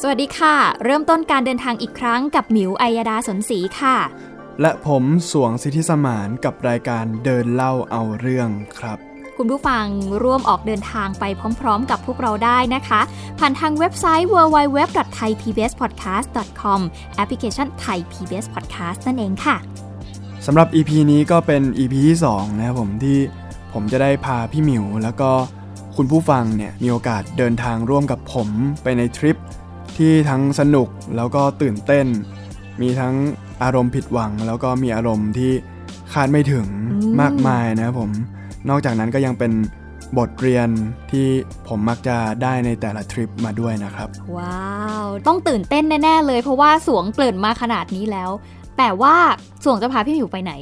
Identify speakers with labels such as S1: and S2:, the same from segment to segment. S1: สวัสดีค่ะ เริ่มต้นการเดินทางอีกครั้งกับหมิวอัยดาสนศรีค่ะ
S2: และผมสวงสิทธิสมานกับรายการเดินเล่าเอาเรื่องครับ
S1: คุณผู้ฟังร่วมออกเดินทางไปพร้อมๆ กับพวกเราได้นะคะ ผ่านทางเว็บไซต์ www.thaipbspodcast.com แอปพลิเคชัน Thai PBS Podcast นั่นเองค่ะ
S2: สำหรับ EP นี้ก็เป็น EP ที่2นะครับผมที่ผมจะได้พาพี่หมิว แล้วก็คุณผู้ฟังเนี่ยมีโอกาสเดินทางร่วมกับผมไปในทริป ที่ทั้งสนุกแล้วก็ตื่นเต้น มีทั้งอารมณ์ผิดหวัง แล้วก็มีอารมณ์ที่คาดไม่ถึง
S1: อืม
S2: มากมายนะครับผม นอกจากนั้นก็ยังเป็นบทเรียนที่ผมมักจะได้ในแต่ละทริปมาด้วยนะครับ
S1: ว้าว ต้องตื่นเต้นแน่ ๆ เลยเพราะว่าสวงเกริ่นมาขนาดนี้แล้ว แต่ว่าสวงจะพาพี่หมิวไปไหน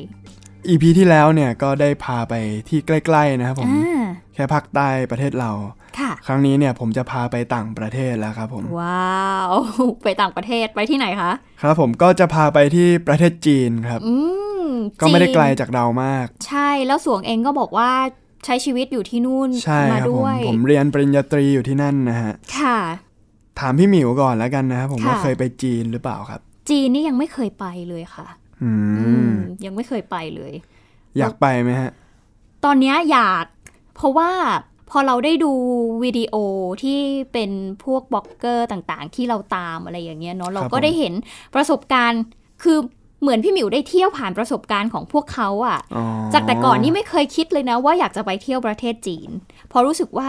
S2: อีพีที่แล้วเนี่ยก็ได้พาไปที่ใกล้ๆนะครับผม
S1: อ่า
S2: แค่ภาคใต้ประเทศเรา
S1: ค่ะ
S2: ครั้งนี้เนี่ยผมจะพาไปต่างประเทศแล้วครับผม
S1: ว้าว ไปต่างประเทศไปที่ไหนคะ
S2: ครับผมก็จะพาไปที่ประเทศจีนครับ
S1: อืม
S2: ก็ไม่ได้
S1: จีน
S2: ไกลจากเรามาก
S1: ใช่แล้วสวงเองก็บอกว่าใช้ชีวิตอยู่ที่นู่น
S2: ใช่
S1: มา
S2: ครับผ
S1: ด้
S2: ม
S1: วย
S2: ผมเรียนปริญญาตรีอยู่ที่นั่นนะฮะ
S1: ค่ะ
S2: ถามพี่หมิวก่อนแล้วกันนะครับผม
S1: ค่ะ
S2: ว่าเคยไปจีนหรือเปล่าครับ
S1: จีนนี่ยังไม่เคยไปเลยค่ะ
S2: อื
S1: อืม
S2: ม
S1: ยังไม่เคยไปเลย
S2: อยากไปไหมฮะ
S1: ตอนเนี้ยอยาก เพราะว่าพอเราได้ดูวิดีโอที่เป็นพวกบล็อกเกอร์ต่างๆ ที่เราตามอะไรอย่างเงี้ยเนาะเรา
S2: ครับ
S1: ก็
S2: ผม
S1: ได้เห็นประสบการณ์ คือเหมือนพี่หมิวได้เที่ยวผ่านประสบการณ์ของพวกเขาอ่ะ
S2: อ๋อ
S1: จากแต่ก่อนนี่ไม่เคยคิดเลยนะว่าอยากจะไปเที่ยวประเทศจีน เพราะรู้สึกว่า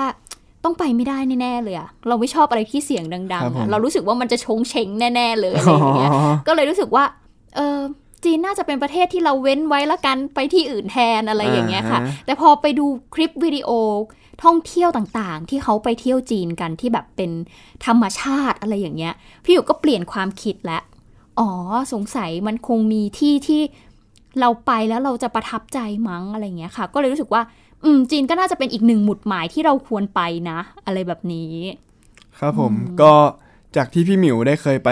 S1: ต้องไปไม่ได้แน่ๆเลยอะเราไม่ชอบอะไรที่เสียงดังๆอะเรารู้สึกว่ามันจะชงเชงแน่ๆเลยอะไร
S2: อ๋อ
S1: อย่างเงี้ยก็เลยรู้สึกว่าเออจีนน่าจะเป็นประเทศที่เราเว้นไว้ละกันไปที่อื่นแทนอะไรอย่างเงี้ยค่ะ
S2: าฮ
S1: แต่พอไปดูคลิปวิดีโอท่องเที่ยวต่างๆ ที่เขาไปเที่ยวจีนกันที่แบบเป็นธรรมชาติอะไรอย่างเงี้ย พี่อยู่ก็เปลี่ยนความคิดแล้วอ๋อสงสัยมันคงมีที่ที่เราไปแล้วเราจะประทับใจมั้งอะไรเงี้ยค่ะ ก็เลยรู้สึกว่า อืมจีนก็น่าจะเป็นอีกหนึ่งหมุดหมายที่เราควรไปนะ อะไรแบบนี้
S2: ครับผมก็จากที่พี่หมิวได้เคยไป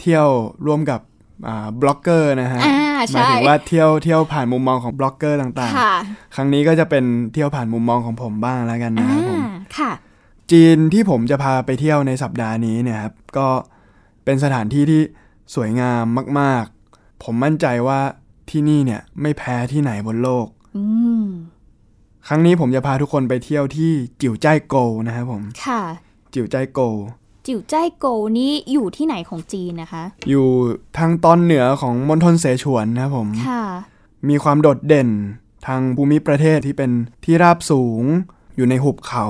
S2: เที่ยวร่วมกับอ่าบล็อกเกอร์นะฮะ
S1: อ่า
S2: หมาย
S1: ใช่
S2: ถึงว่าเที่ยวเที่ยวผ่านมุมมองของบล็อกเกอร์ต่างๆ
S1: ค่ะ
S2: ครั้งนี้ก็จะเป็นเที่ยวผ่านมุมมองของผมบ้างแล้วกันนะ
S1: อ่า
S2: ครับผม
S1: ค่ะ
S2: จีนที่ผมจะพาไปเที่ยวในสัปดาห์นี้เนี่ยครับก็เป็นสถานที่ที่สวยงามมากๆ ผมมั่นใจว่าที่นี่เนี่ยไม่แพ้ที่ไหนบนโลก
S1: อืม
S2: ครั้งนี้ผมจะพาทุกคนไปเที่ยวที่จิ๋วจ้ายโกวนะครับผม
S1: ค่ะ
S2: จิ๋วจ้ายโกว
S1: จิ๋วจ้ายโกวนี่อยู่ที่ไหนของจีนนะคะ
S2: อยู่ทางตอนเหนือของมณฑลเสฉวนนะครับผม
S1: ค่ะ
S2: มีความโดดเด่นทางภูมิประเทศที่เป็นที่ราบสูง อยู่ในหุบเขา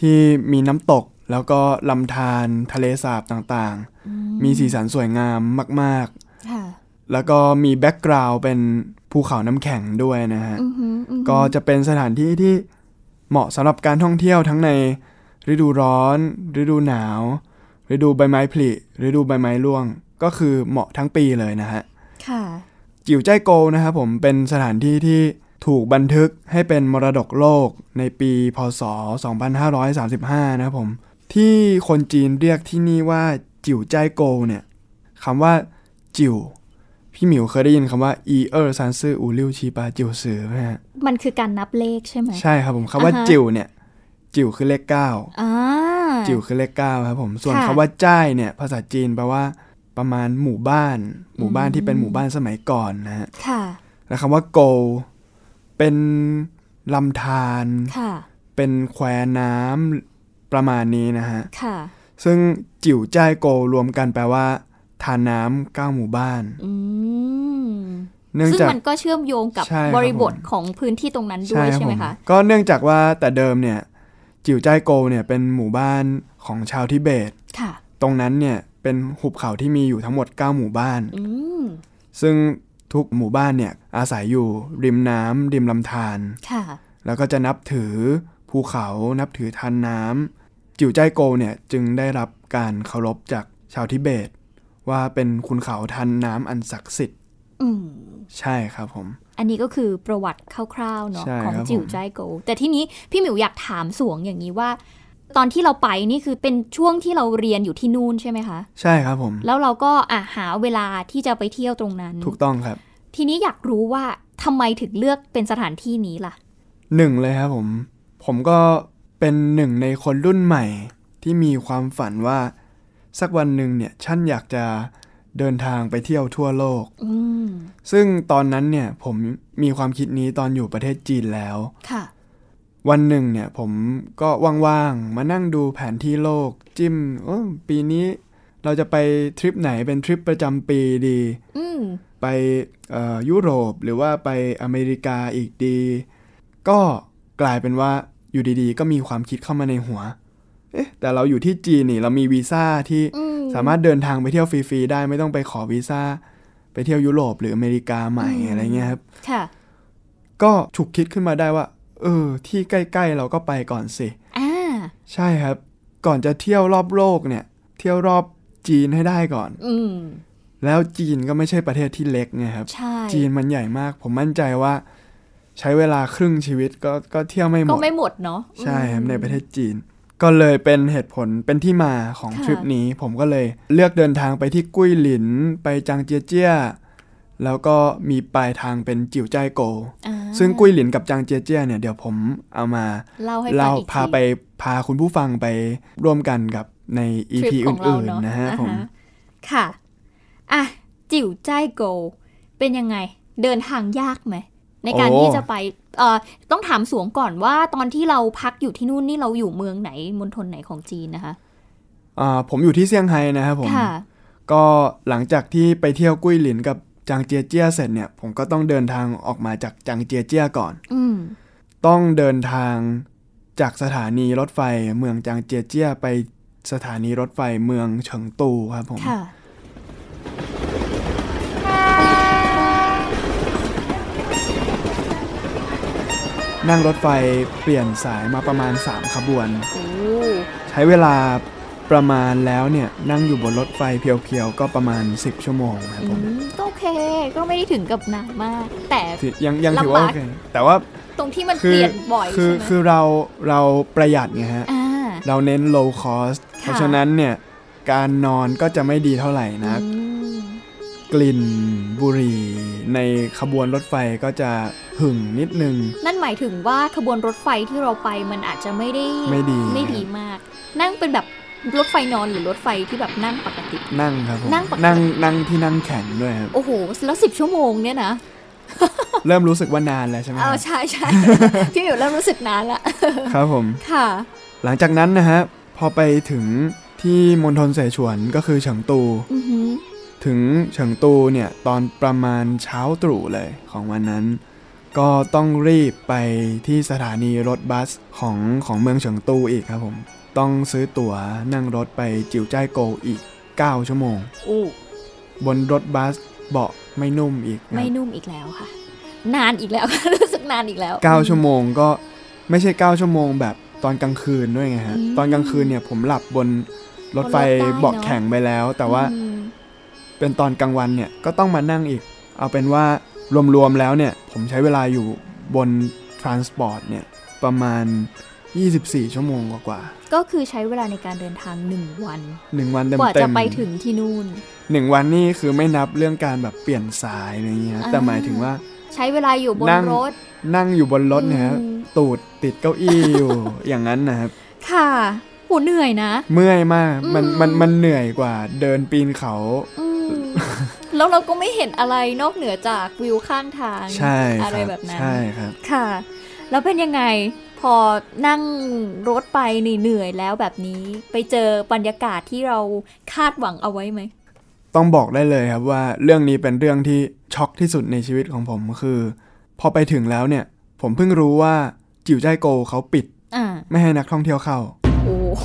S2: ที่มีน้ำตก แล้วก็ลำธารทะเลสาบต่างๆ มีสีสันสวยงามมาก
S1: ค่ะ
S2: ๆ แล้วก็มีแบ็กกราวด์เป็นภูเขาน้ำแข็งด้วยนะฮะ
S1: อือหืออือหือ
S2: ก็จะเป็นสถานที่ที่เหมาะสำหรับการท่องเที่ยวทั้งในฤดูร้อน ฤดูหนาว ฤดูใบไม้ผลิฤดูใบไม้ร่วง ก็คือเหมาะทั้งปีเลยนะฮะ
S1: ค่ะ
S2: จิ๋วจ้ายโกวนะครับผมเป็นสถานที่ที่ถูกบันทึกให้เป็นมรดกโลกในปีพศ 2535 นะครับผม ที่คนจีนเรียกที่นี่ว่าจิ๋วจ้ายโกวเนี่ยคำว่าจิ๋วพี่หมิวเคยได้ยินคำว่าอีเออร์ซันซืออูลิ่วชีปาจิ๋วสือไหมฮะ
S1: มันคือการนับเลขใช่ไหม
S2: ใช่ครับผมคำว่า
S1: อ่าฮะ
S2: จิ๋วเนี่ยจิ๋วคือเลขเก้า
S1: อ่า
S2: จิ๋วคือเลขเก้าครับผมส่วน
S1: ค่ะ
S2: คำว่าจ้ายเนี่ยภาษาจีนแปลว่าประมาณหมู่บ้าน หมู่บ้านที่เป็นหมู่บ้านสมัยก่อนนะฮะ
S1: ค่ะ
S2: และคำว่าโกลเป็นลำธาร
S1: ค่ะ
S2: เป็นแควน้ำประมาณนี้นะฮะ
S1: ค่ะ
S2: ซึ่งจิ๋วจ้ายโกลรวมกันแปลว่าทานน้ำเก้าหมู่บ้าน
S1: อืม
S2: เนื่อง
S1: ซึ่ง
S2: จาก
S1: มันก็เชื่อมโยงกับ
S2: ใช่ครับ
S1: บริบทของพื้นที่ตรงนั้นด้วยใช่ไหม
S2: ผ
S1: คะ
S2: ก็เนื่องจากว่าแต่เดิมเนี่ยจิ๋วจ้ายโกลเนี่ยเป็นหมู่บ้านของชาวทิเบต
S1: ค่ะ
S2: ตรงนั้นเนี่ยเป็นหุบเขาที่มีอยู่ทั้งหมด 9 หมู่บ้าน
S1: อืม
S2: ซึ่งทุกหมู่บ้านเนี่ยอาศัยอยู่ริมน้ำริมลำธาร
S1: ค่ะ
S2: แล้วก็จะนับถือภูเขานับถือทานน้ำจิ๋วจ้ายโกวเนี่ยจึงได้รับการเคารพจากชาวทิเบต ว่าเป็นคุณเขาทันน้ำอันศักดิ์สิทธิ์
S1: อืม
S2: ใช่ครับผม
S1: อันนี้ก็คือประวัติคร่าวๆเนาะ
S2: ใช่
S1: ของ
S2: ครับ
S1: จิ๋ว
S2: ผม
S1: ใจายโกวแต่ที่นี้พี่หมิวอยากถามสวงอย่างนี้ว่า ตอนที่เราไปนี่คือเป็นช่วงที่เราเรียนอยู่ที่นู่นใช่ไหมคะ
S2: ใช่ครับผม
S1: แล้วเราก็อ่ะหาเวลาที่จะไปเที่ยวตรงนั้น
S2: ถูกต้องครับ
S1: ทีนี้อยากรู้ว่าทำไมถึงเลือกเป็นสถานที่นี้ล่ะ
S2: หนึ่งเลยครับผม ผมก็เป็นหนึ่งในคนรุ่นใหม่ที่มีความฝันว่าสักวันหนึ่งเนี่ยฉันอยากจะเดินทางไปเที่ยวทั่วโลก
S1: อืม
S2: ซึ่งตอนนั้นเนี่ยผมมีความคิดนี้ตอนอยู่ประเทศจีนแล้ว
S1: ค่ะ
S2: วันหนึ่งเนี่ยผมก็ว่างๆมานั่งดูแผนที่โลก จิ้มเอ้อปีนี้เราจะไปทริปไหนเป็นทริปประจำปีดี
S1: อืม
S2: ไปเอ่อยุโรปหรือว่าไปอเมริกาอีกดี ก็กลายเป็นว่าอยู่ดีๆ ก็มีความคิดเข้ามาในหัว เอ๊ะแต่เราอยู่ที่จีนนี่เรามีวีซ่าที่
S1: อืม
S2: สามารถเดินทางไปเที่ยวฟรีๆได้ไม่ต้องไปขอวีซ่าไปเที่ยวยุโรปหรืออเมริกาใหม่อะไรเงี้ยครับ
S1: ค่ะ
S2: ก็ฉุกคิดขึ้นมาได้ว่า เออ ที่ใกล้ ๆ เราก็ไปก่อนสิ
S1: อ่า
S2: ใช่ครับ ก่อนจะเที่ยวรอบโลกเนี่ย เที่ยวรอบจีนให้ได้ก่อน
S1: อืม
S2: แล้วจีนก็ไม่ใช่ประเทศที่เล็กไงครับ
S1: ใช่
S2: จีนมันใหญ่มาก ผมมั่นใจว่า ใช้เวลาครึ่งชีวิตก็ก็เที่ยวไม่หม
S1: ก็
S2: ด
S1: ไม่หมดเนาะ
S2: ใช่ครับในประเทศจีน ก็เลยเป็นเหตุผลเป็นที่มาของ
S1: ค่ะ
S2: ทริปนี้ ผมก็เลยเลือกเดินทางไปที่กุ้ยหลิน ไปจางเจียเจี้ย แล้วก็มีปลายทางเป็นจิวจ้ายโกว
S1: อ่า
S2: ซึ่งกุ้ยหลินกับจางเจียเจี้ยเนี่ยเดี๋ยวผมเอามา
S1: เล่าให้ฟั
S2: เรา
S1: งอีก
S2: พา
S1: ที
S2: ไปพาคุณผู้ฟังไปร่วมกันกับใน
S1: ท
S2: EP
S1: ริป
S2: อ
S1: ของเรา
S2: ื่น
S1: เา
S2: ๆนะฮะ
S1: อ่า
S2: ผม
S1: ค่ะ อ่ะ จิ๋วใจายโกวเป็นยังไง เดินทางยากไหม ในการที่จะไปเอ่อต้องถามสวงก่อนว่าตอนที่เราพักอยู่ที่นู่นนี่เราอยู่เมืองไหนมณฑลไหนของจีนนะคะ
S2: อ่าผมอยู่ที่เซี่ยงไฮ้นะครับผม
S1: ค่ะ
S2: ก็หลังจากที่ไปเที่ยวกุ้ยหลินกับจางเจียเจี้ยเสร็จเนี่ย ผมก็ต้องเดินทางออกมาจากจางเจียเจี้ยก่อน
S1: อืม
S2: ต้องเดินทางจากสถานีรถไฟเมืองจางเจียเจี้ยไปสถานีรถไฟเมืองเฉิงตูครับผม
S1: ค่ะ
S2: นั่งรถไฟเปลี่ยนสายมาประมาณ 3 ขบวน
S1: โอ้
S2: ใช้เวลาประมาณแล้วเนี่ยนั่งอยู่บนรถไฟเพียวๆ ก็ประมาณ 10 ชั่วโมงครับ
S1: อื
S2: ผม
S1: ม ก็โอเค ก็ไม่ได้ถึงกับหนักมาก แต่
S2: ถือยังยัง
S1: ลำบาก
S2: ถือว่าโอเคแต่ว่า
S1: ตรงที่มัน
S2: คื
S1: เปลี่ยนบ่อย
S2: คื
S1: ใช่
S2: อ
S1: ไหม
S2: คือเราเราประหยัดไงฮะ
S1: อ่า
S2: เราเน้น low cost เพราะฉะนั้นเนี่ย การนอนก็จะไม่ดีเท่าไหร่นะ
S1: อืม
S2: กลิ่นบุหรี่ในขบวนรถไฟก็จะหึ่งนิดนึง
S1: นั่นหมายถึงว่าขบวนรถไฟที่เราไปมันอาจจะไม่ได้
S2: ไม่ดี
S1: ไม่ดีมาก นั่งเป็นแบบรถไฟนอนหรือรถไฟที่แบบนั่งปกติ
S2: นั่งครับผม
S1: นั่งปกติ
S2: นั่งนั่งที่นั่งแข็งด้วยครับ
S1: โอ้โห แล้วสิบชั่วโมงเนี่ยนะ
S2: เริ่มรู้สึกว่านานแล้วใช่ไหม
S1: เอ
S2: ค
S1: อ
S2: รับ
S1: ใช่ใช่ พี่หมิวเริ่มรู้สึกนานละ
S2: ครับผม
S1: ค่ะ
S2: หลังจากนั้นนะฮะ พอไปถึงที่มณฑลเสฉวนก็คือเฉิงตู
S1: อือหือ
S2: ถึงเฉิงตูเนี่ยตอนประมาณเช้าตรู่เลยของวันนั้น ก็ต้องรีบไปที่สถานีรถบัสของของเมืองเฉิงตูอีกครับผม ต้องซื้อตั๋วนั่งรถไปจิวจ้ายโกวอีก 9 ชั่วโมง
S1: อู้
S2: บนรถบัสเบาะไม่นุ่มอีก
S1: ไม่นุ่มอีกแล้วค่ะ นานอีกแล้ว รู้สึกนานอีกแล้ว
S2: 9ชั่วโมงก็ไม่ใช่ 9 ชั่วโมงแบบตอนกลางคืนด้วยไงฮะ
S1: อืม
S2: ตอนกลางคืนเนี่ยผมหลับบนรถไฟ
S1: บนรถได้เนอะ
S2: เบาะแข็งไปแล้ว แต่ว่า
S1: อืม
S2: เป็นตอนกลางวันเนี่ยก็ต้องมานั่งอีก เอาเป็นว่ารวมๆแล้วเนี่ย ผมใช้เวลาอยู่บนทรานสปอร์ตเนี่ย ประมาณ 24 ชั่วโมงกว่า
S1: ก็คือใช้เวลาในการเดินทางหนึ่งวัน
S2: ๆหนึ่งวันเต็ม
S1: กว่า
S2: ๆ
S1: จะไปถึงที่นู่น
S2: หนึ่งวันนี่คือไม่นับเรื่องการแบบเปลี่ยนสายอะไรเงี้ย
S1: อ่า
S2: แต่หมายถึงว่า
S1: ใช้เวลาอยู่บน
S2: นั่ง
S1: รถ
S2: นั่งอยู่บนรถเนี่ยฮะ
S1: อืม
S2: ตูดติดเก้าอี้อยู่ อย่างนั้นนะครับ
S1: ค่ะโหเหนื่อยนะ
S2: เมื่อยมากมัน
S1: อืม
S2: มันมันเหนื่อยกว่าเดินปีนเขา
S1: อืม แล้วเราก็ไม่เห็นอะไรนอกเหนือจากวิวข้างทาง
S2: ใช่ค
S1: อะ
S2: รับ
S1: ไรแบบนั้น
S2: ใช่ครับ
S1: ค่ะ แล้วเป็นยังไงพอนั่งรถไปเหนื่อยๆแล้วแบบนี้ ไปเจอบรรยากาศที่เราคาดหวังเอาไว้ไหม
S2: ต้องบอกได้เลยครับว่าเรื่องนี้เป็นเรื่องที่ช็อกที่สุดในชีวิตของผมคือ พอไปถึงแล้วเนี่ย ผมเพิ่งรู้ว่าจิ๋วใจายโกวเขาปิด
S1: อ่า
S2: ไม่ให้นักท่องเที่ยวเข้า
S1: โอ้โห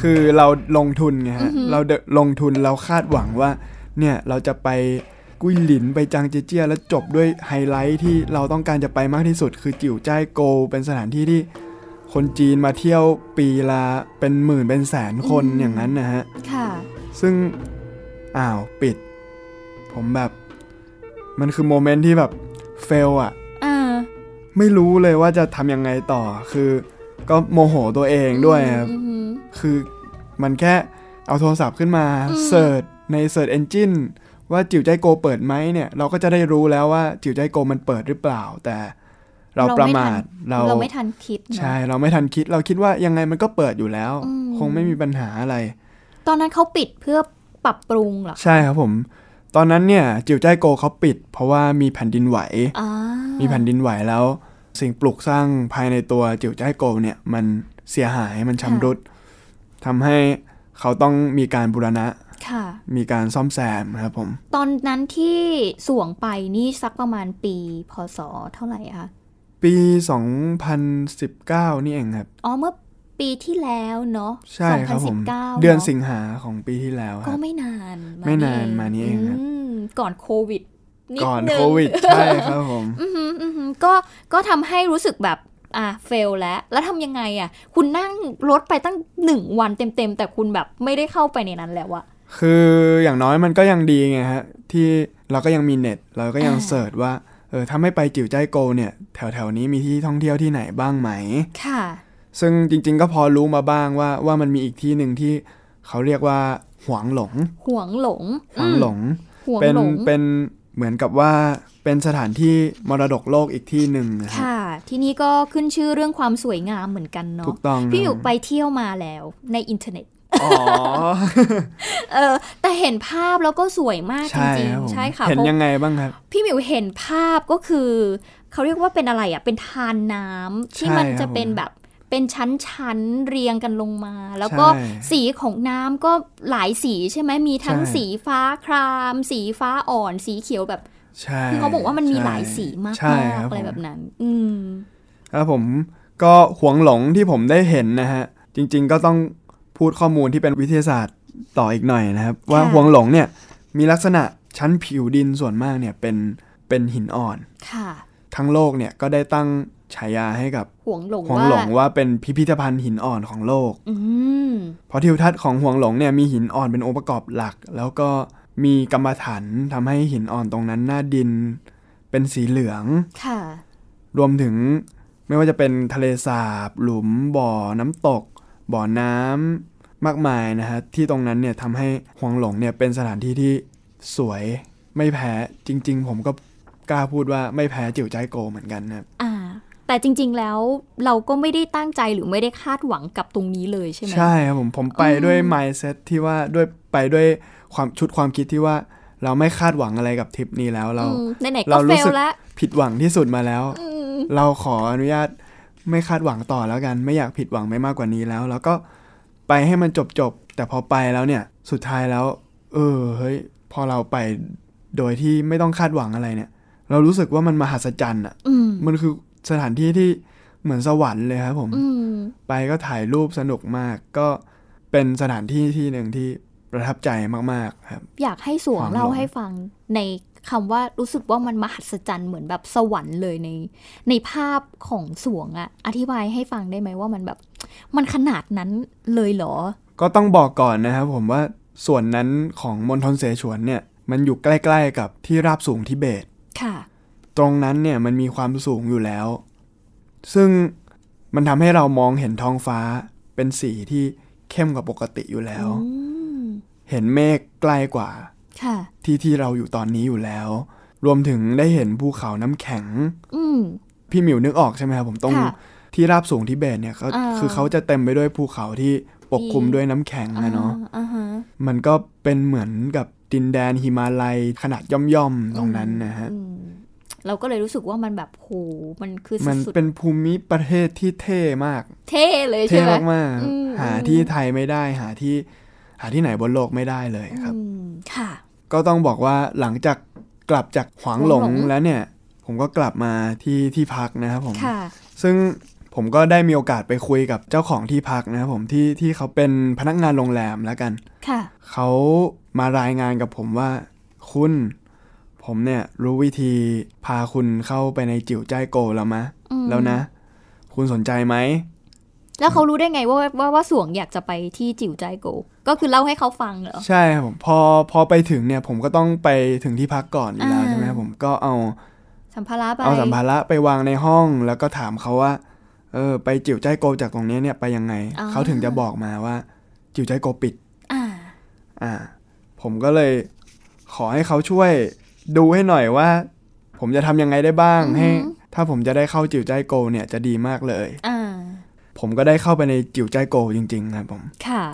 S2: คือเราลงทุนไง
S1: อื
S2: ฮะ
S1: อหือ
S2: เราเดนลงทุนเราคาดหวังว่า เนี่ยเราจะไปกุ้ยหลินไปจางเจยเจีย แล้วจบด้วยไฮไลท์ที่เราต้องการจะไปมากที่สุด คือจิ๋วใจายโกวเป็นสถานที่ที่ คนจีนมาเที่ยวปีละเป็นหมื่นเป็นแสนคนอย่างนั้นนะฮะ
S1: ค่ะ
S2: ซึ่ง อ้าวปิด ผมแบบ มันคือโมเมนต์ที่แบบเฟลอะ
S1: อ่า
S2: ไม่รู้เลยว่าจะทำยังไงต่อ คือก็โมโหตัวเองด้วยครับ
S1: อืม
S2: คือมันแค่เอาโทรศัพท์ขึ้นมาเสิร์ชใน Search Engine ว่าจิ๋วใจโกเปิดไหมเนี่ย เราก็จะได้รู้แล้วว่าจิ๋วใจโกมันเปิดหรือเปล่า แต่เรา
S1: เรา
S2: ประ
S1: ไม่ทั
S2: มาน ท
S1: เราไม่ทันคิดเนอะ
S2: ใช่ เราไม่ทันคิด เราคิดว่ายังไงมันก็เปิดอยู่แล้ว
S1: อืม
S2: คงไม่มีปัญหาอะไร
S1: ตอนนั้นเขาปิดเพื่อปรับปรุงเหรอ
S2: ใช่ครับผม ตอนนั้นเนี่ย จิ๋วใจโกเขาปิด เพราะว่ามีแผ่นดินไหว
S1: อ่า
S2: มีแผ่นดินไหวแล้ว สิ่งปลูกสร้างภายในตัวจิ๋วจ้ายโกวเนี่ย มันเสียหายมันชำรุดทำให้เขาต้องมีการบูรณะ
S1: ค่ะ
S2: มีการซ่อมแซมนะครับผม
S1: ตอนนั้นที่สวงไปนี่สักประมาณปีพศเท่าไหร่คะ
S2: ปี 2019 นี่เองครับ
S1: อ๋อเมื่อปีที่แล้วเนาะ
S2: ใช่ครับผม
S1: 2019าะ
S2: เดือนสิงหาของปีที่แล้วค
S1: ก็
S2: รับ
S1: ไม่นาน
S2: ไม่นานมานี่เองครับ
S1: มก่อนโควิดด
S2: ก่อน
S1: ง
S2: โควิด ใช่ครับผม
S1: อือหืออือหือก็ก็ทำให้รู้สึกแบบอ่ะเฟลแล้ว แล้วทำยังไงอ่ะ คุณนั่งรถไปตั้งหนึ่งวันเต็มๆ แต่คุณแบบไม่ได้เข้าไปในนั้นแล้วอะ
S2: คืออย่างน้อยมันก็ยังดีไงฮะ ที่เราก็ยังมีเน็ต เราก็ยัง
S1: อ่า
S2: เสิร์ชว่าเออถ้าไม่ไปจิ๋วจ้ายโกวเนี่ย แถวๆนี้มีที่ท่องเที่ยวที่ไหนบ้างไหม
S1: ค่ะ
S2: ซึ่งจริงๆก็พอรู้มาบ้างว่าว่ามันมีอีกที่หนึ่งที่เขาเรียกว่าหวางหลง
S1: ห่วงหลง
S2: หวางหลง
S1: อืมห่วง
S2: เป็น
S1: หลง
S2: เป็นเหมือนกับว่าเป็นสถานที่มรดกโลกอีกที่หนึ่งนะครับ
S1: ค่ะ ที่นี่ก็ขึ้นชื่อเรื่องความสวยงามเหมือนกัน
S2: ถู
S1: เนาะ
S2: กต้อง
S1: พี่อยู่
S2: ครับ
S1: ไปเที่ยวมาแล้วในอินเทอร์เน็ต
S2: อ๋อ
S1: เออแต่เห็นภาพแล้วก็สวยมากจ
S2: ใช่
S1: ริง
S2: ครับผม
S1: ๆใช่ค่ะ
S2: เห็น
S1: เพราะ
S2: ยังไงบ้างครับ
S1: พี่หมิวเห็นภาพก็คือ เขาเรียกว่าเป็นอะไรอ่ะ เป็นทานน้ำที่มัน
S2: ใช่ครับ
S1: จะเป็น
S2: ผม
S1: แบบเป็นชั้นๆเรียงกันลงมา แล้วก็
S2: ใช่
S1: สีของน้ำก็หลายสีใช่ไหมมีทั้ง
S2: ใช่
S1: สีฟ้าคราม สีฟ้าอ่อนสีเขียวแบบ
S2: ใช่
S1: คือเขาบอกว่ามันมี
S2: ใช่
S1: หลายสีมาก
S2: ใช่
S1: ๆ
S2: ค
S1: อะไรแบบ
S2: ผม
S1: นั้น อืม
S2: ครับผมก็หวงหลงที่ผมได้เห็นนะฮะ จริงๆก็ต้องพูดข้อมูลที่เป็นวิทยาศาสตร์ต่ออีกหน่อยนะครับ ว่า
S1: ค่ะ
S2: หวงหลงเนี่ยมีลักษณะชั้นผิวดินส่วนมากเนี่ยเป็นเป็นหินอ่อน
S1: ค่ะ
S2: ทั้งโลกเนี่ยก็ได้ตั้งฉายาให้กับ
S1: ห่วงหลง
S2: หวง
S1: ว่า
S2: หลงว่าเป็นพิพิธภัณฑ์หินอ่อนของโลก
S1: อืม
S2: เพราะทิวทัศน์ของหวงหลงเนี่ยมีหินอ่อนเป็นองค์ประกอบหลัก แล้วก็มีกรรมฐานทำให้หินอ่อนตรงนั้นหน้าดิน เป็นสีเหลือง
S1: ค่ะ
S2: รวมถึงไม่ว่าจะเป็นทะเลสาบ หลุมบ่อน้ำตก บ่อน้ำมากมายนะฮะที่ตรงนั้นเนี่ยทำให้หวงหลงเนี่ยเป็นสถานที่ที่สวยไม่แพ้จริง ๆ ผมก็กล้าพูดว่าไม่แพ้จิ๋วใจายโกเหมือนกันนะครับ
S1: อ่า แต่จริง ๆ แล้วเราก็ไม่ได้ตั้งใจหรือไม่ได้คาดหวังกับตรงนี้เลยใช่ไหม
S2: ใช่ครับผมผมไปด้วย mindset ที่ว่าด้วยไปด้วยความชุดความคิดที่ว่าเราไม่คาดหวังอะไรกับทริปนี้แล้วเรา
S1: อืมไหนๆก็
S2: เรา
S1: เฟ
S2: รู้
S1: ล
S2: สึก
S1: แล้ว
S2: ผิดหวังที่สุดมาแล้ว
S1: อืม
S2: เราขออนุญาตไม่คาดหวังต่อแล้วกัน ไม่อยากผิดหวังไปมากกว่านี้แล้ว แล้วก็ไปให้มันจบจบๆแต่พอไปแล้วเนี่ยสุดท้ายแล้ว เออเฮ้ยพอเราไปโดยที่ไม่ต้องคาดหวังอะไรเนี่ย เรารู้สึกว่ามันมหัศจรรย์อ่ะ
S1: อืม
S2: มันคือสถานที่ที่เหมือนสวรรค์เลยครับผม
S1: อืม
S2: ไปก็ถ่ายรูปสนุกมากก็เป็นสถานที่ที่หนึ่งที่ประทับใจมาก ๆ ครับ
S1: อยากให้สวง
S2: ความ
S1: เล่า
S2: หลง
S1: ให้ฟังในคำว่ารู้สึกว่ามันมหัศจรรย์เหมือนแบบสวรรค์เลยใน ในภาพของสวงอะอธิบายให้ฟังได้ไหมว่ามันแบบ มันขนาดนั้นเลยเหรอ
S2: ก็ต้องบอกก่อนนะครับผมว่าส่วนนั้นของมณฑลเสฉวนเนี่ยมันอยู่ใกล้ ๆ กับที่ราบสูงทิเบต
S1: ค่ะ
S2: ตรงนั้นเนี่ยมันมีความสูงอยู่แล้ว ซึ่งมันทำให้เรามองเห็นท้องฟ้าเป็นสีที่เข้มกว่าปกติอยู่แล้ว
S1: อืม
S2: เห็นเมฆใกล้กว่า
S1: ค่ะ
S2: ที่ที่เราอยู่ตอนนี้อยู่แล้ว รวมถึงได้เห็นภูเขาน้ำแข็ง
S1: อืม
S2: พี่หมิวนึกออกใช่ไหมครับผมตรง
S1: ค่ะ
S2: ที่ราบสูงทิเบตเนี่ยเขา
S1: อ่า
S2: คือเขาจะเต็มไปด้วยภูเขาที่ปกคลุม
S1: มี
S2: ด้วยน้ำแข็งนะเนาะ
S1: อ่อ่าฮะ
S2: มันก็เป็นเหมือนกับดินแดนหิมาลัยขนาดย่อมๆตรงนั้นนะฮะ
S1: อืมเราก็เลยรู้สึกว่ามันแบบโหมันคือ
S2: มัน
S1: สุด
S2: เป็นภูมิประเทศที่เท่มาก
S1: ๆเท่เลย
S2: เท่
S1: ใช่ไหม
S2: มาก
S1: อืม
S2: ๆหาที่ไทยไม่ได้หาที่หาที่ไหนบนโลกไม่ได้เลยครับ
S1: อืมค่ะ
S2: ก็ต้องบอกว่าหลังจากกลับจากหวางหลง
S1: หวางหลง
S2: แล้วเนี่ย ผมก็กลับมาที่ที่พักนะครับผม
S1: ค่ะ
S2: ซึ่งผมก็ได้มีโอกาสไปคุยกับเจ้าของที่พักนะครับผมที่ที่เขาเป็นพนักงานโรงแรมแล้วกัน
S1: ค่ะ
S2: เขามารายงานกับผมว่า คุณ ผมเนี่ยรู้วิธีพาคุณเข้าไปในจิ๋วใจายโกวแล้วมะ
S1: อืม
S2: แล้วนะ คุณสนใจไหม
S1: แล้วเขารู้ได้ไงว่าว่าว่าสวงอยากจะไปที่จิ๋วใจายโก ก็ ก็คือเล่าให้เขาฟังเหรอ
S2: ใช่ครับผมพอพอไปถึงเนี่ยผมก็ต้องไปถึงที่พักก่อนอยู่แล้ว
S1: อ่า
S2: ใช่ไหมครับผมก็เอา
S1: สัมภาระไป
S2: เอาสัมภาระไปวางในห้อง แล้วก็ถามเขาว่าเออไปจิ๋วใจายโกจากตรงเนี้ยเนี่ยไปยังไง เขาถึงจะบอกมาว่า จิ๋วใจายโกปิด
S1: อ่า
S2: อ่า ผมก็เลยขอให้เขาช่วยดูให้หน่อยว่า ผมจะทำยังไงได้บ้าง
S1: อือหือ
S2: ให้ถ้าผมจะได้เข้าจิ๋วใจายโกเนี่ยจะดีมากเลย
S1: อ่า
S2: ผมก็ได้เข้าไปในจิ๋วใจายโกจริงๆครับผม
S1: ค่ะ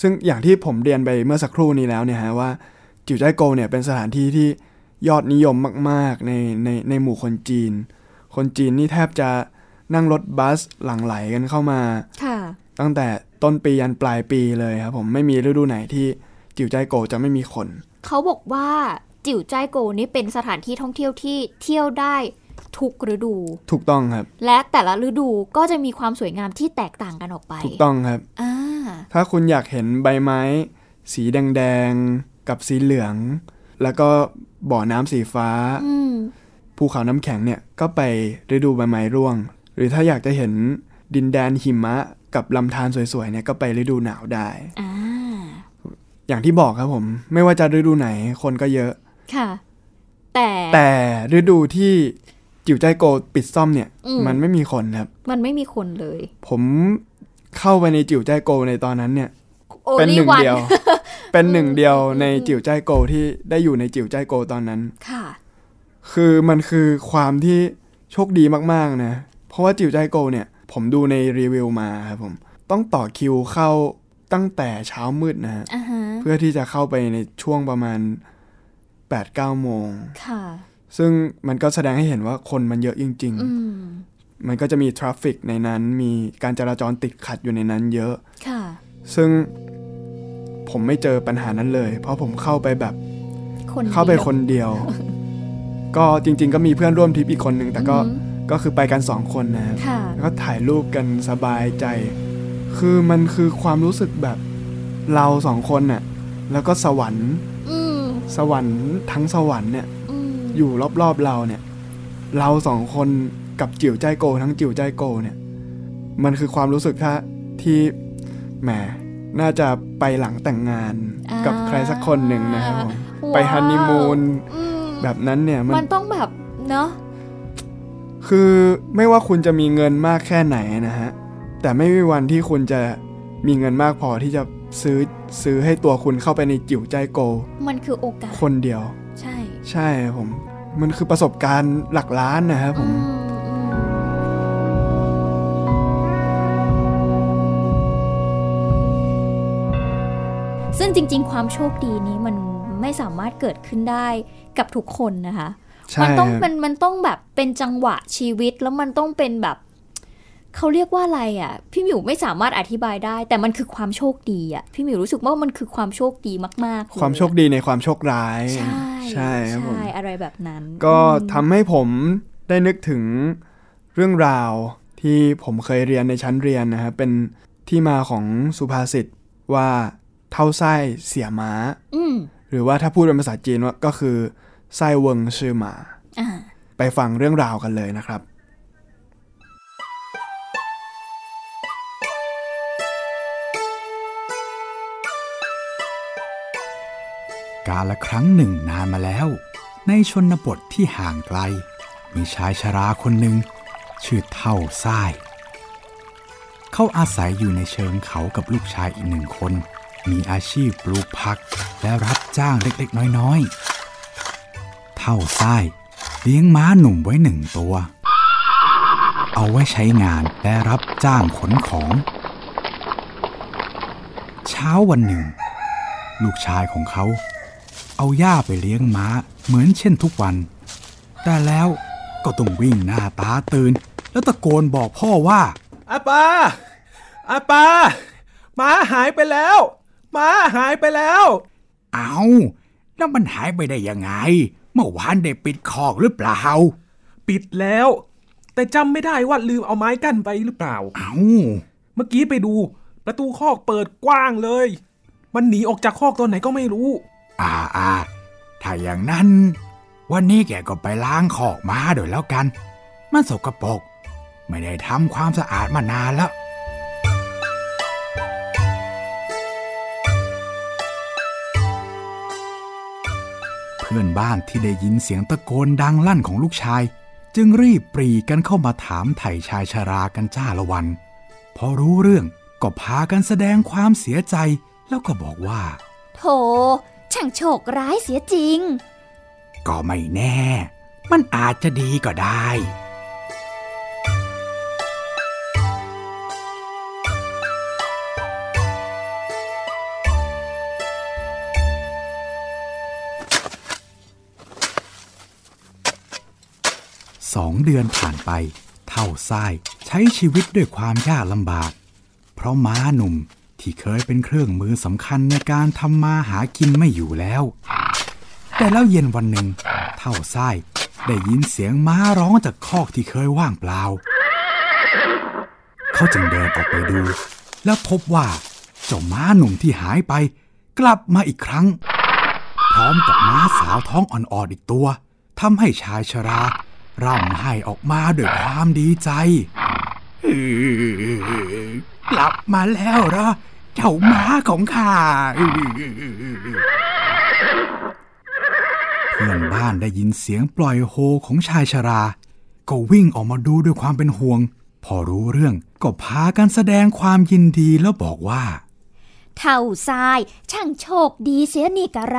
S2: ซึ่งอย่างที่ผมเรียนไปเมื่อสักครู่นี้แล้วเนี่ยฮะว่า จิวใจายโกวเนี่ยเป็นสถานที่ที่ยอดนิยมมาก ๆ ในในในหมู่คนจีน คนจีนนี่แทบจะนั่งรถบัสหลั่งไหลกันเข้ามา
S1: ค่ะ
S2: ตั้งแต่ต้นปียันปลายปีเลยครับผมไม่มีฤดูไหนที่จิวใจายโกวจะไม่มีคน
S1: เขาบอกว่าจิ๋วใจายโกนี่เป็นสถานที่ท่องเที่ยวที่เที่ยวได้ทุกฤดู
S2: ถูกต้องครับ
S1: และแต่ละฤดูก็จะมีความสวยงามที่แตกต่างกันออกไป
S2: ถูกต้องครับ
S1: อ่า
S2: ถ้าคุณอยากเห็นใบไม้ สีแดง ๆ กับสีเหลือง แล้วก็บ่อน้ำสีฟ้า
S1: อืม
S2: ภูเขาน้ำแข็งเนี่ยก็ไปฤดูใบไม้ร่วง หรือถ้าอยากจะเห็นดินแดนหิมะกับลำธารสวยๆเนี่ยก็ไปฤดูหนาวได้
S1: อ่า
S2: อย่างที่บอกครับผม ไม่ว่าจะฤดูไหนคนก็เยอะ
S1: ค่ะ แต่
S2: แต่ฤดูที่จิ๋วใจายโกปิดซ่อมเนี่ย
S1: อืม
S2: มันไม่มีคนครับ
S1: มันไม่มีคนเลย
S2: ผมเข้าไปในจิ๋วใจายโกในตอนนั้นเนี่ย
S1: โอ
S2: เป็น
S1: ลี่
S2: หนึ่ง
S1: วัน
S2: เดียว เป็นหนึ่งเดียวในจิ๋วใจายโกที่ได้อยู่ในจิ๋วใจายโกตอนนั้น
S1: ค่ะ
S2: คือมันคือความที่โชคดีมากๆนะ เพราะว่าจิวใจายโกเนี่ย ผมดูในรีวิวมาครับผม ต้องต่อคิวเข้าตั้งแต่เช้ามืดนะฮะ
S1: อ่าฮะ
S2: เพื่อที่จะเข้าไปในช่วงประมาณ 8 9 โมง
S1: ค่ะ
S2: ซึ่งมันก็แสดงให้เห็นว่าคนมันเยอะจริง
S1: อืม
S2: ๆ มันก็จะมีทราฟฟิกในนั้น มีการจราจรติดขัดอยู่ในนั้นเยอะ
S1: ค่ะ
S2: ซึ่งผมไม่เจอปัญหานั้นเลย เพราะผมเข้าไปแบบ
S1: คน
S2: เข้าไป
S1: ดียว
S2: คนเดียว ก็จริง ๆ ก็มีเพื่อนร่วมทริปอีกคนหนึ่งแต่ก็
S1: อืม
S2: ก็คือไปกันสองคนนะครับ
S1: ค่ะ
S2: แล้วก็ถ่ายรูปกันสบายใจ คือมันคือความรู้สึกแบบเราสองคนน่ะ แล้วก็สวรรค์
S1: อืม
S2: สวรรค์ทั้งสวรรค์เนี่ย
S1: อืม
S2: อยู่รอบๆเราเนี่ย เราสองคนกับจิ๋วใจายโกทั้งจิ๋วใจายโกเนี่ย มันคือความรู้สึกท่าที่แหม น่าจะไปหลังแต่งงาน
S1: อ่ากั
S2: กับใครสักคนหนึ่งนะครับผม
S1: ว้าว
S2: ไปฮันนีมูน
S1: อืม
S2: แบบนั้นเนี่ยมัน
S1: มันต้องแบบเนาะ
S2: คือไม่ว่าคุณจะมีเงินมากแค่ไหนนะฮะ แต่ไม่มีวันที่คุณจะมีเงินมากพอที่จะซื้อซื้อให้ตัวคุณเข้าไปในจิ๋วใจายโก
S1: มันคือโอกาส
S2: คนเดียว
S1: ใช่
S2: ใช่ครับผม มันคือประสบการณ์หลักล้านนะครับผ
S1: อื
S2: ม
S1: มอืมซึ่งจริง ๆ ความโชคดีนี้มันไม่สามารถเกิดขึ้นได้กับทุกคนนะคะ
S2: ใช่
S1: มันต้อง
S2: ค
S1: มั
S2: รับ
S1: นมันต้องแบบเป็นจังหวะชีวิตแล้วมันต้องเป็นแบบ เขาเรียกว่าอะไรอ่ะ พี่หมิวไม่สามารถอธิบายได้ แต่มันคือความโชคดีอ่ะ พี่หมิวรู้สึกว่ามันคือความโชคดีมากๆเลย
S2: ความโชคดีในความโชคร้าย
S1: ใช่
S2: ใช่ครับผม
S1: ใช่อะไรแบบนั้น
S2: ก็
S1: อืม
S2: ทำให้ผมได้นึกถึงเรื่องราวที่ผมเคยเรียนในชั้นเรียนนะครับเป็นที่มาของสุภาษิตว่าเท่าไส้เสียม้า
S1: อืม
S2: หรือว่าถ้าพูดเป็นภาษาจีนว่าก็คือไส้เวิงชื่อหมา
S1: อ่า
S2: ไปฟังเรื่องราวกันเลยนะครับ
S3: กาลครั้งหนึ่งนานมาแล้ว ในชนบทที่ห่างไกล มีชายชราคนหนึ่ง ชื่อเท่าซ้าย เขาอาศัยอยู่ในเชิงเขากับลูกชายอีกหนึ่งคน มีอาชีพปลูกผักและรับจ้างเล็กๆ น้อยๆ เท่าซ้ายเลี้ยงม้าหนุ่มไว้หนึ่งตัว เอาไว้ใช้งานและรับจ้างขนของ เช้าวันหนึ่ง ลูกชายของเขา เอาหญ้าไปเลี้ยงม้าเหมือนเช่นทุกวัน แต่แล้วก็ต้องวิ่งหน้าตาตื่น แล้วตะโกนบอกพ่อว่า
S4: อาปาอาปาหมาหายไปแล้วหมาหายไปแล้ว
S3: เอาแล้วมันหายไปได้ยังไง เมื่อวานได้ปิดคอกหรือเปล่า
S4: ปิดแล้ว แต่จำไม่ได้ว่าลืมเอาไม้กั้นไปหรือเปล่า
S3: เอา
S4: เมื่อกี้ไปดู ประตูคอกเปิดกว้างเลย มันหนีออกจากคอกตอนไหนก็ไม่รู้
S3: อ่าอ่าถ้าอย่างนั้น วันนี้แกก็ไปล้างคอกม้าโดวยแล้วกัน มันสกปรกไม่ได้ทำความสะอาดมานานแล้ว พื่อนบ้านที่ได้ยินเสียงตะโกนดังลั่นของลูกชาย จึงรีบปรีกันเข้ามาถามไถ่ชายชรากันจ้าละวัน พอรู้เรื่องก็พากันแสดงความเสียใจแล้วก็บอกว่า
S1: โถช่างโชคร้ายเสียจริง
S3: ก็ไม่แน่ มันอาจจะดีก็ได้ สองเดือนผ่านไป เท่าทรายใช้ชีวิตด้วยความยากลำบาก เพราะม้าหนุ่มที่เคยเป็นเครื่องมือสำคัญในการทำมาหากินไม่อยู่แล้ว แต่แล้วเย็นวันหนึ่ง เท่าไส้ได้ยินเสียงม้าร้องจากคอกที่เคยว่างเปล่า เขาจึงเดินออกไปดู แล้วพบว่าเจ้าม้าหนุ่มที่หายไป กลับมาอีกครั้ง พร้อมกับม้าสาวท้องอ่อนๆอีกตัวทำให้ชายชราร่ำไห้ออกมาด้วยความดีใจเอ่อกลับมาแล้วเหรอเจ้าม้าของข้า เพื่อนบ้านได้ยินเสียงปล่อยโฮของชายชรา ก็วิ่งออกมาดูด้วยความเป็นห่วง พอรู้เรื่องก็พากันแสดงความยินดีแล้วบอกว่า
S1: เท่าทราย ช่างโชคดีเสียนี่กะไร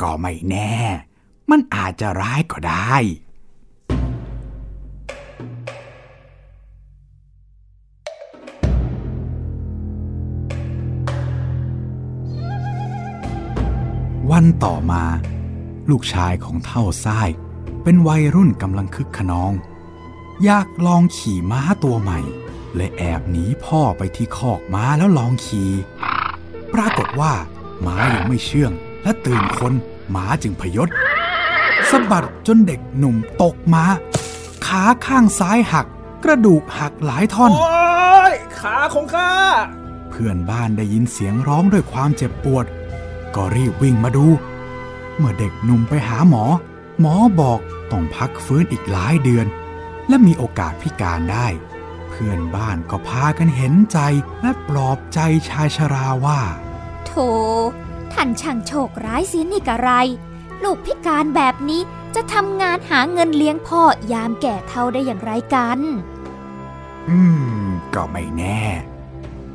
S3: ก็ไม่แน่ มันอาจจะร้ายก็ได้ วันต่อมา ลูกชายของเท่าซ้าย เป็นวัยรุ่นกำลังคึกขนอง อยากลองขี่ม้าตัวใหม่ เลยแอบหนีพ่อไปที่คอกม้าแล้วลองขี่ ปรากฏว่าม้ายังไม่เชื่อง และตื่นคนหมาจึงพยศสะบัดจนเด็กหนุ่มตกม้า ขาข้างซ้ายหัก กระดูกหักหลายท่อน
S4: โอ้ยขาของข้า
S3: เพื่อนบ้านได้ยินเสียงร้องด้วยความเจ็บปวด ก็รีบวิ่งมาดู เมื่อเด็กหนุ่มไปหาหมอ หมอบอกต้องพักฟื้นอีกหลายเดือน และมีโอกาสพิการได้ เพื่อนบ้านก็พากันเห็นใจและปลอบใจชายชราว่า
S1: โถท่านช่างโชคร้ายเสียนี่กะไร ลูกพิการแบบนี้จะทำงานหาเงินเลี้ยงพ่อยามแก่เท่าได้อย่างไรกัน
S3: อืม ก็ไม่แน่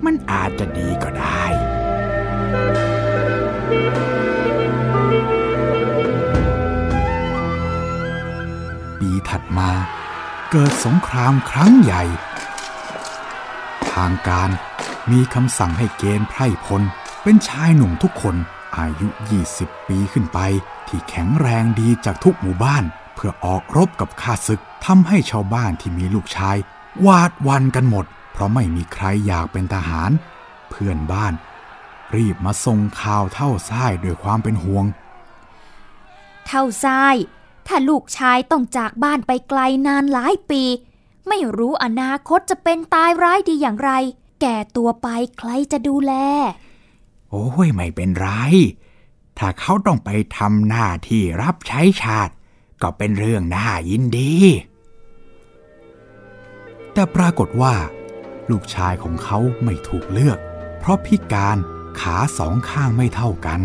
S3: มันอาจจะดีก็ได้ ปีถัดมา เกิดสงครามครั้งใหญ่ ทางการมีคำสั่งให้เกณฑ์ไพร่พล เป็นชายหนุ่มทุกคนอายุ 20 ปีขึ้นไป ที่แข็งแรงดีจากทุกหมู่บ้าน เพื่อออกรบกับข้าศึกทำให้ชาวบ้านที่มีลูกชายหวาดหวันกันหมด เพราะไม่มีใครอยากเป็นทหาร เพื่อนบ้าน รีบมาส่งข่าวเท่าซ้ายด้วยความเป็นห่วง
S1: เท่าทราย ถ้าลูกชายต้องจากบ้านไปไกลนานหลายปี ไม่รู้อนาคตจะเป็นตายร้ายดีอย่างไร แก่ตัวไปใครจะดูแล
S3: โอ้ยไม่เป็นไร ถ้าเขาต้องไปทำหน้าที่รับใช้ชาติ ก็เป็นเรื่องน่ายินดี แต่ปรากฏว่า ลูกชายของเขาไม่ถูกเลือก เพราะพิการขาสองข้างไม่เท่ากัน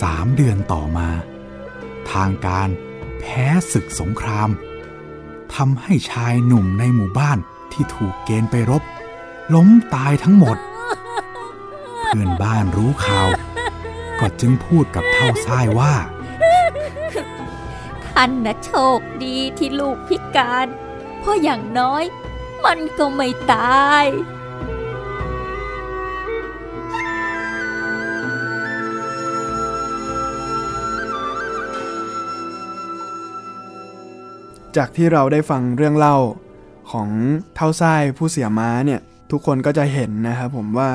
S3: สามเดือนต่อมา ทางการแพ้ศึกสงคราม ทำให้ชายหนุ่มในหมู่บ้านที่ถูกเกณฑ์ไปรบ ล้มตายทั้งหมด เพื่อนบ้านรู้ข่าว ก็จึงพูดกับเท่าทรายว่า
S1: ท่านนะโชคดีที่ลูกพิการ เพราะอย่างน้อย มันก็ไม่ตาย
S2: จากที่เราได้ฟังเรื่องเล่าของเท่าไส้ผู้เสียม้าเนี่ยทุกคนก็จะเห็นนะครับผมว่า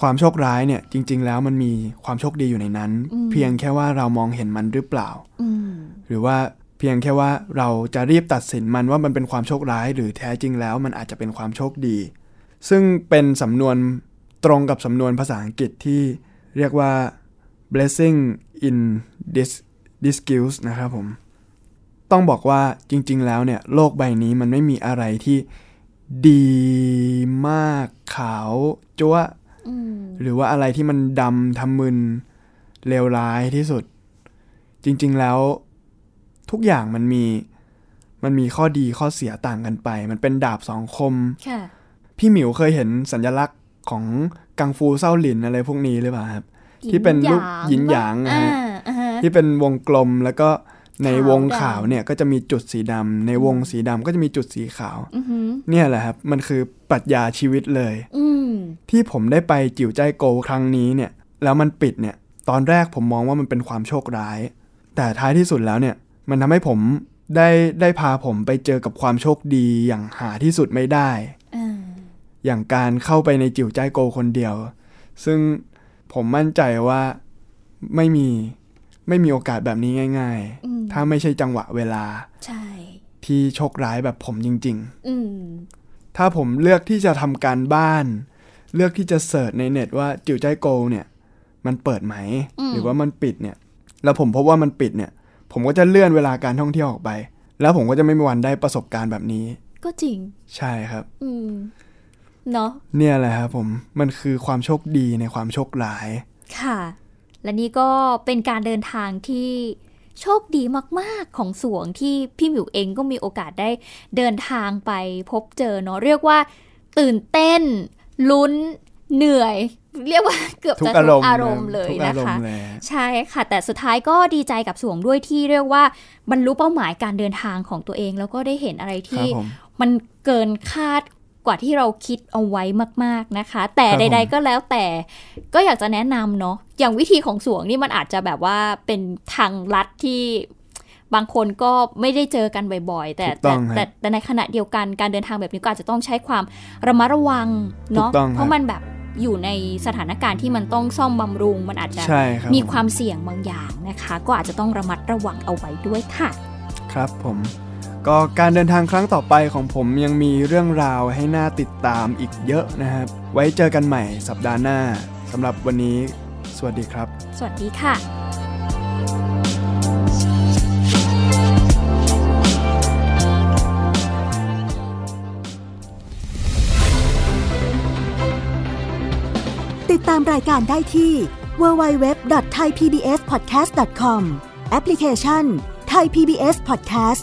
S2: ความโชคร้ายเนี่ยจริง ๆ แล้วมันมีความโชคดีอยู่ในนั้น
S1: อืม
S2: เพียงแค่ว่าเรามองเห็นมันหรือเปล่า
S1: อืม
S2: หรือว่าเพียงแค่ว่าเราจะรีบตัดสินมันว่ามันเป็นความโชคร้าย หรือแท้จริงแล้วมันอาจจะเป็นความโชคดี ซึ่งเป็นสำนวนตรงกับสำนวนภาษาอังกฤษที่เรียกว่า blessing in dis- disguise นะครับผม ต้องบอกว่าจริง ๆ แล้วเนี่ยโลกใบนี้มันไม่มีอะไรที่ดีมากขาวจ้วะ
S1: อืม
S2: หรือว่าอะไรที่มันดำทำมึนเลวร้ายที่สุด จริง ๆแล้วทุกอย่างมันมีมันมีข้อดีข้อเสียต่างกันไป มันเป็นดาบสองคม
S1: ค่ะ
S2: พี่หมิวเคยเห็นสัญลักษณ์ของกังฟูเศร้าหลินอะไรพวกนี้หรือเปล่าครับ ที่เป็นรูปหยินหยางนะ
S1: อ่า
S2: ฮะ
S1: อ่าฮะ
S2: ที่เป็นวงกลมแล้วก็ใน
S1: ขาว
S2: วง
S1: ดำ
S2: ขาวเนี่ยก็จะมีจุดสีดำในวงสีดำก็จะมีจุดสีขาว
S1: อือหือ
S2: เนี่ยแหละครับ มันคือปรัชญาชีวิตเลย
S1: อืม
S2: ที่ผมได้ไปจิ๋วใจโกวครั้งนี้เนี่ย แล้วมันปิดเนี่ย ตอนแรกผมมองว่ามันเป็นความโชคร้าย แต่ท้ายที่สุดแล้วเนี่ย มันทำให้ผมได้ได้พาผมไปเจอกับความโชคดีอย่างหาที่สุดไม่ได้
S1: อ่า
S2: อย่างการเข้าไปในจิ๋วใจายโกคนเดียว ซึ่งผมมั่นใจว่าไม่มีไม่มีโอกาสแบบนี้ง่าย
S1: อืม
S2: ๆ ถ้าไม่ใช่จังหวะเวลา
S1: ใช่
S2: ที่โชคร้ายแบบผมจริง
S1: อืม
S2: ๆ ถ้าผมเลือกที่จะทำการบ้าน เลือกที่จะเสิร์ชในเน็ตว่าจิ๋วใจายโกเนี่ย มันเปิดไหม หรือว่ามันปิดเนี่ย แล้วผมพบว่ามันปิดเนี่ย ผมก็จะเลื่อนเวลาการท่องเที่ยวออกไป แล้วผมก็จะไม่มีวันได้ประสบการณ์แบบนี้
S1: ก็จริง
S2: ใช่ครับ
S1: อืมเนาะ
S2: เนี่ยแหละครับผมมันคือความโชคดีในความโชคร้าย
S1: ค่ะ และนี่ก็เป็นการเดินทางที่โชคดีมาก ๆ ของสวงที่พี่หมิวเองก็มีโอกาสได้เดินทางไปพบเจอเนาะเรียกว่า ตื่นเต้น ลุ้นเหนื่อย เรียกว่าเกือบ
S2: ทุก
S1: จะ
S2: อา
S1: ทุ
S2: ร
S1: ก
S2: มณ์
S1: อารมณ์เลย
S2: ทุกอา
S1: นะ
S2: รม
S1: คะ
S2: ณ์เลย
S1: ใช่ค่ะ แต่สุดท้ายก็ดีใจกับสวงด้วยที่เรียกว่าบรรลุเป้าหมายการเดินทางของตัวเอง แล้วก็ได้เห็นอะไร
S2: ครับ
S1: ที่
S2: ผม
S1: มันเกินคาดกว่าที่เราคิดเอาไว้มาก ๆนะคะ แต่
S2: ครับผม
S1: ใด ๆ ก็แล้วแต่ก็อยากจะแนะนำเนาะอย่างวิธีของสวงนี่มันอาจจะแบบว่าเป็นทางลัดที่บางคนก็ไม่ได้เจอกันบ่อยๆ แต่
S2: ถูกต้
S1: แต่
S2: องครับ
S1: แต่แต่ในขณะเดียวกันการเดินทางแบบนี้ก็อาจจะต้องใช้ความระมัดระวังเนาะ
S2: ถูกต้องครับ
S1: เพราะมันแบบอยู่ในสถานการณ์ที่มันต้องซ่อมบำรุงมันอาจจะ
S2: ใช่ครับ
S1: มีความเสี่ยงบางอย่างนะคะ ก็อาจจะต้องระมัดระวังเอาไว้ด้วยค่ะ
S2: ครับผม ก็การเดินทางครั้งต่อไปของผมยังมีเรื่องราวให้น่าติดตามอีกเยอะนะครับ ไว้เจอกันใหม่สัปดาห์หน้าสำหรับวันนี้ สวัสดีครับ
S1: สวัสดีค่ะ
S5: ติดตามรายการได้ที่ www.thaipbspodcast.com แอปพลิเคชัน Thai PBS Podcast